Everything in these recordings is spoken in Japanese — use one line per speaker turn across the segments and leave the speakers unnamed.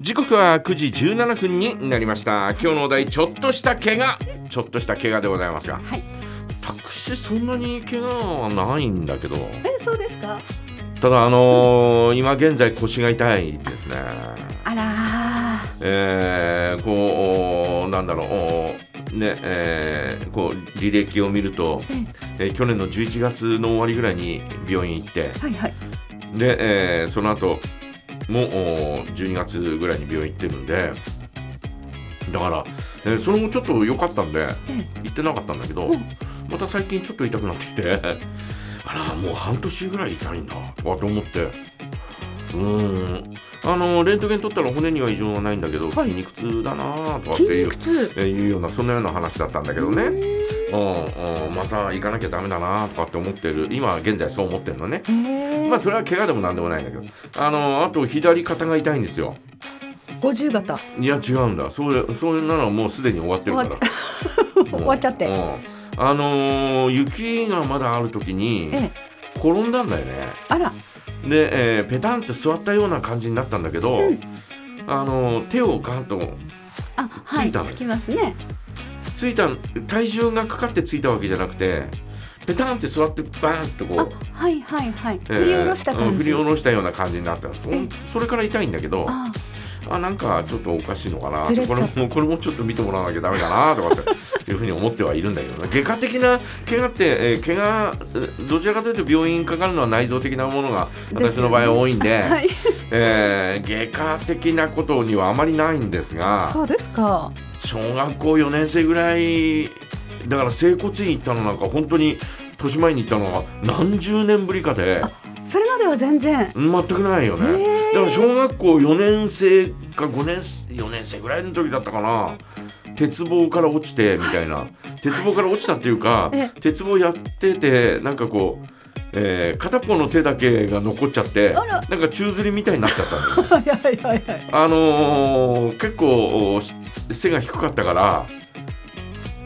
時刻は9時17分になりました今日のお題ちょっとした怪我ちょっとした怪我でございますが、
はい
私そんなに怪我はないんだけど
えそうですか
ただあのー今現在腰が痛いですね
あら
えー、こうなんだろうねえーこう履歴を見ると、えー去年の11月の終わりぐらいに病院行って
ーはいはい
で、えーその後もうおー12月ぐらいに病院行ってるんでだから、えーそれもちょっと良かったんで
え
行ってなかったんだけど、
うん
また最近ちょっと痛くなってきて あらもう半年ぐらい痛いんだとかと思ってうーんあのレントゲン取ったら骨には異常はないんだけど、
はい
筋肉痛だなとかって
筋
いう
肉痛
えーいうようなそんなような話だったんだけどね、うんうん、また行かなきゃダメだなとかって思ってる今現在そう思ってるのね。
えー
まあそれは怪我でもなんでもないんだけどあのあと左肩が痛いんですよ
五十型
いや違うんだそれそれなのはもうすでに終わってるから
終わっちゃって
うんうんあのー雪がまだある時に
ええ
転んだんだよね
あら
で、えーペタンって座ったような感じになったんだけど、
うん
あのー手をガンと
あは
つい
い
たの
つきますね
ついた体重がかかってついたわけじゃなくてペタンって座ってバーンってこ
あ
う。
はいはいはい
えー
振り下ろした
う
感
ん
じ
振り下ろしたような感じになったんです
ええ
それから痛いんだけど
あ
あなんかちょっとおかしいのかな
ずれち
こ
ゃ
れ
っ
もこれもちょっと見てもらわなきゃダメだなとかっていうふうに思ってはいるんだけどね外科的な怪我って、えー怪我えどちらかというと病院にかかるのは内臓的なものが
ですよ
私の
ね
場合は多いんで
はい
えー外科的なことにはあまりないんですが
そうですか
小学校4年生ぐらいだから整骨院行ったのなんか本当に年前に行ったのが何十年ぶりかで
それまでは 全然
全くないよね。
え
だから小学校4年生か5年生4年生ぐらいの時だったかな鉄棒から落ちてみたいな鉄棒から落ちたっていうか
え
鉄棒やっててなんかこう、えー片っぽの手だけが残っちゃって
あら
なんか宙吊りみたいになっちゃった んだよ
ーはいはいはいはい
あのー結構し背が低かったから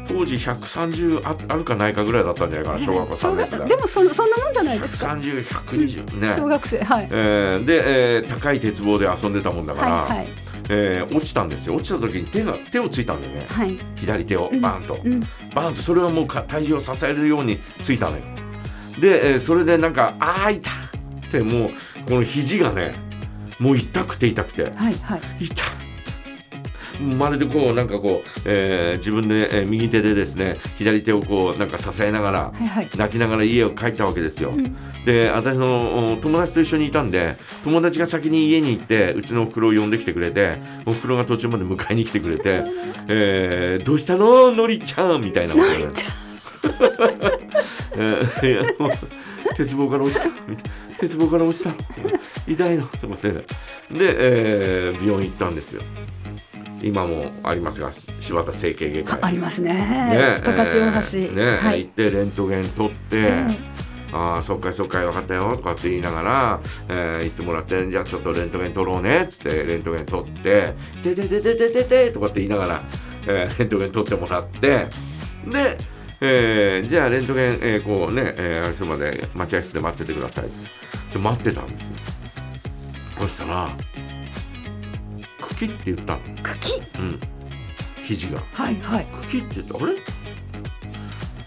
当時130ああるかないかぐらいだったんじゃないかな小学校3年生だ
小学でもそそんなもんじゃないですか
130120ね
小学生はい
えーで、えー高い鉄棒で遊んでたもんだから、
はいはい
えー落ちたんですよ落ちた時に手が手をついたんだよね
はい
左手を
うん
バーンと、
うん
バーンとそれはもうか体重を支えるようについたのよで、えーそれでなんか「あー痛っ!」ってもうこの肘がねもう痛くて痛くて
はいはい
痛っまるでこうなんかこう、えー自分で、えー右手でですね左手をこうなんか支えながら
はいはい
泣きながら家を帰ったわけですよ、
うん
で私のお友達と一緒にいたんで友達が先に家に行ってうちのおふくろを呼んできてくれておふくろが途中まで迎えに来てくれて「えーどうしたののりちゃん」みたいなことで えーいやもう鉄棒から落ちたみたいな鉄棒から落ちた痛いのと思ってで、えー病院行ったんですよ今もありますが柴田整形外科
あありますね
ね
十勝大橋
えーね
はい
行ってレントゲン取って、
え
ああそっかいそっかい分かったよとかって言いながら、えー言ってもらってじゃあちょっとレントゲン取ろうねっつってレントゲン取って「ててててててて」とかって言いながら、えーレントゲン取ってもらってで、えーじゃあレントゲン、えーこうね、えーあれするまで待合室で待っててくださいで待ってたんですよそしたら「茎」って言ったの
茎
うん肘が。
はいはい
茎って言ってあれって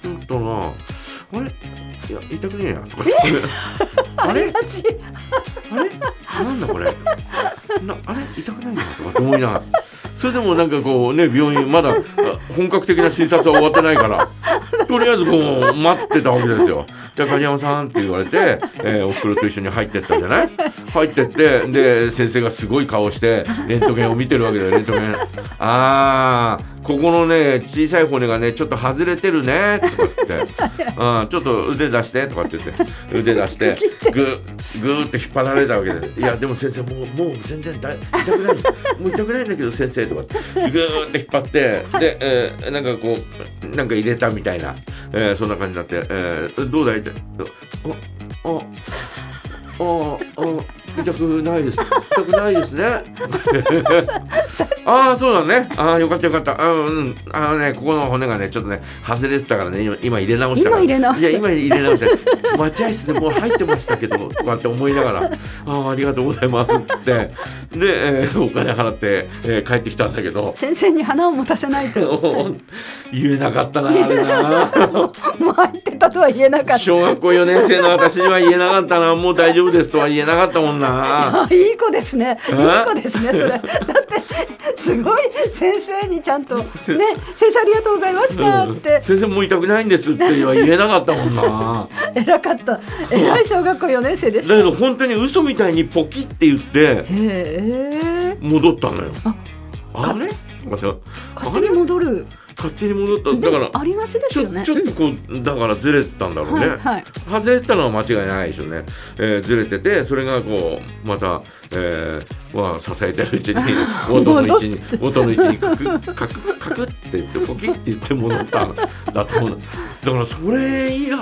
言ったら「あれいや痛くねえや」とかって「 あれ
あち
あれなんだこれなあれ痛くないな」とかって思いながらそれでもなんかこうね病院まだあ本格的な診察は終わってないから。とりあえずこう待ってたわけですよ。じゃあ梶山さんって言われて、えー、おふくろと一緒に入ってったんじゃない入ってってで先生がすごい顔してレントゲンを見てるわけだよレントゲン。あーここのね小さい骨がねちょっと外れてるねとかって言って、うん、ちょっと腕出してとかって言 って腕出してグーグーって引っ張られたわけでいやでも先生もうもう全然だ痛くないもう痛くないんだけど先生とかってグーって引っ張ってで、えーなんかこうなんか入れたみたいな、えーそんな感じになって、えーどうだいってあああああ痛くないです。痛くない ですね。ああ、そうだね。ああ、よかったよかった。うんうん。あのね、ここの骨がね、ちょっとね、外れてたからね、今今入れ直したから。
今入れ直した
いや、今入れ直して。待合室でもう入ってましたけど、とかって思いながら、ああ、ありがとうございます、つって。で、えーお金払って、えー帰ってきたんだけど、
先生に花を持たせないと
言えなかったな、あれな。
巻いてたとは言えなかった
小学校4年生の私には言えなかったなもう大丈夫ですとは言えなかったもんな
あいい子ですねい
え
い子ですねそ れだってすごい先生にちゃんとね
せ
先生ありがとうございましたっ
うん
て
先生もう痛くないんですっては言えなかったもんな
偉かった偉い小学校4年生で
だ
し
け
た
ど本当に嘘みたいにポキって言って
へえ
戻ったのよ
あ
あれまた
勝手に戻る
勝手に戻っただか
でも
ら
ありがちで
ち
す
ょ
よね
ちょっとこうだからずれてたんだろうね、
はいはい
外れてたのは間違いないでしょうね、えーずれててそれがこうまた、えーまあ、支えてるうちに 元の位置に元の位置にカクカクカクって言ってポキって言って戻ったんだと思うだからそれ以来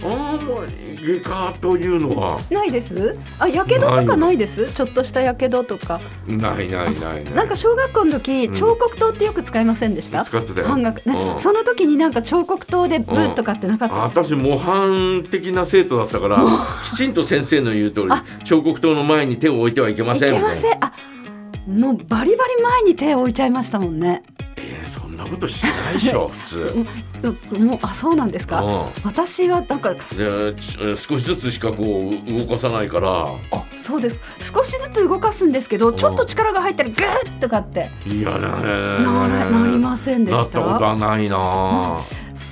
あんまり外科というのは
ないですあやけどとかないですちょっとしたやけどとか
ないないないない
なんか小学校の時
うん
彫刻刀ってよく使いませんでした
使ってたよ
半額ね
うん
その時になんか彫刻刀でブーとかってなかった
私模範的な生徒だったからきちんと先生の言う通り
あ
彫刻刀の前に手を置いてはいけま
い
せん
け
みた
ま
いな
せんあもうバリバリ前に手を置いちゃいましたもんね
えーそんなことしないでしょ普通。うん
うもうあそうなんですか私はなんか
でちえー少しずつしかこう動かさないから
そうです少しずつ動かすんですけど
ん
ちょっと力が入ったらグーッとかって
いやね
ならなりませんで
な
し
ったこと
た
はないな、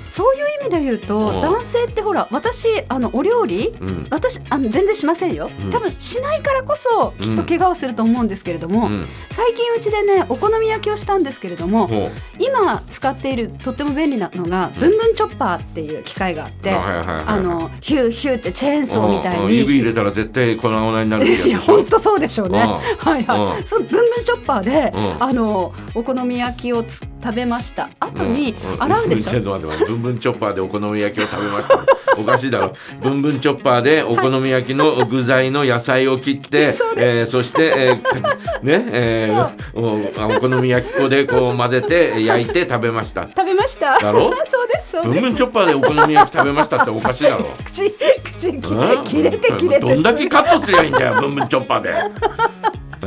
そういう意味で言うと
うん
男性ってほら私あのお料理
うん
私あの全然しませんよ、
うん
多分しないからこそきっ
う
と
ん
怪我をすると思うんですけれど
う
も、
ん、
最近うちでねお好み焼きをしたんですけれども、
ほう
今使っているとっても便利なのが、
うん
ブンブンチョッパーっていう機械があって、
はいはいはいはい
あのヒューヒューってチェーンソーみたい
うんうん
に。
指入れたら絶対粉々になるやつ
い
で
や
しょ
本当そうでしょうね。
う
はいは
う
い。そのブンブンチョッパーで、
うん
あのお好み焼きをつ食べました。後に洗う でしょ。
ょちょっと待って待ってブンブンチョッパーでお好み焼きを食べました おかしいだろブンブンチョッパーでお好み焼きの具材の野菜を切って
そう
えーそして、えー かねえーおお好み焼き粉でこう混ぜて焼いて食べました
食べました。
だろ
そうですそ
ブ
うで
ン
す。
ブンチョッパーでお好み焼き食べましたっておかしいだろ
口口
うん
切れ切れて切れて。
どんだけカットすりゃいいんだよブンブンチョッパー で。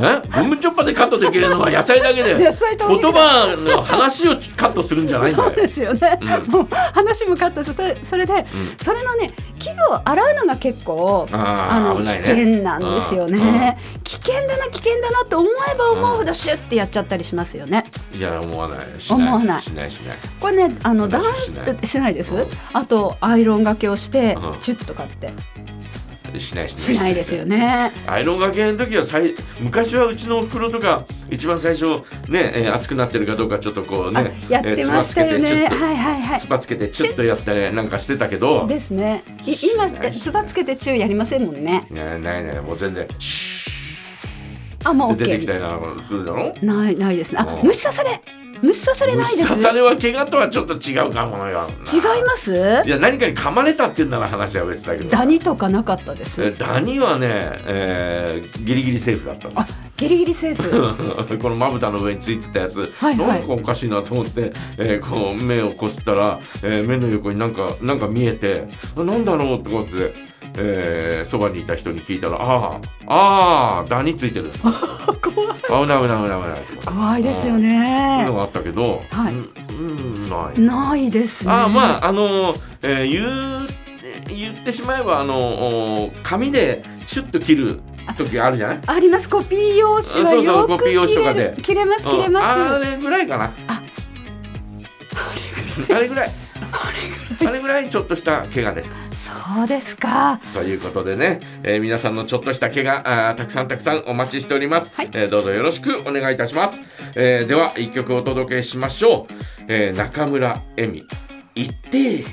えブンブンチョッパーでカットできるのは野菜だけで
野菜とお
言
肉
葉の話をカットするんじゃないんだ
そう
よ。
ですよね、
うん
もう話もカットしてそれで、
ん
それのね器具を洗うのが結構
あー
の
危ないね
危険なんですよね、危険だな危険だなと思えば思うほどシュッてやっちゃったりしますよね
いや思わないし
思わない
しないしない
これねあのダン
私
ス
しない
しないです、
うん
あとアイロンがけをして、
うん
チュッとかって
しないしない
しないですよね
アイロンがけの時はさい昔はうちのお袋とか一番最初ね、えー熱くなってるかどうかちょっとこう
あ
ね
やってましたよ
えーつばつけてちょ
ね、
っと
はいはいはい
つばつけてチュッとやったりなんかしてたけどね
ですねい
しな
今
いしない
つばつけてチューやりませんもんね
ないないもう全然シ
あも
ュ
う
ーって出てき
OK
たりなんかするだろ
ないないですねあ
うん
虫刺され虫刺されないです
虫刺されは怪我とはちょっと違うかもよ
違いますす
いや何かに噛まれたっていうなら話は別だけどさ
ダニとかなかったです、
えーダニはね、えーギリギリセーフだったの
あギリギリセー フ
このまぶたの上についてたやつ、
はいはい
なんかおかしいなと思って、えーこう目をこすったら、えー目の横になんかなんか見えてあなんだろうってこうやって、えーそばにいた人に聞いたら「あーあーダニついてる」あ
怖い
「危ない危ない危ない危ない」とか
怖いですよ
そうい
ね
うのがあったけど、
はい
うんうんない。
ないですね
あーまああのーえー言う言ってしまえばあのお紙でシュッと切る時あるじゃない
ありますコピー用紙は
そうそう
よ
コピー
く
用紙
切
とか
れ
で
る切れます切れ
うんあ
ます
れぐらいかな
あ
あれぐらいあれぐらいちょっとした怪我です
そうですか
ということでね、えー皆さんのちょっとした怪我あーたくさんたくさんお待ちしております、
はい
えーどうぞよろしくお願いいたします、えーでは一曲お届けしましょう、えー中村恵美「いってえ」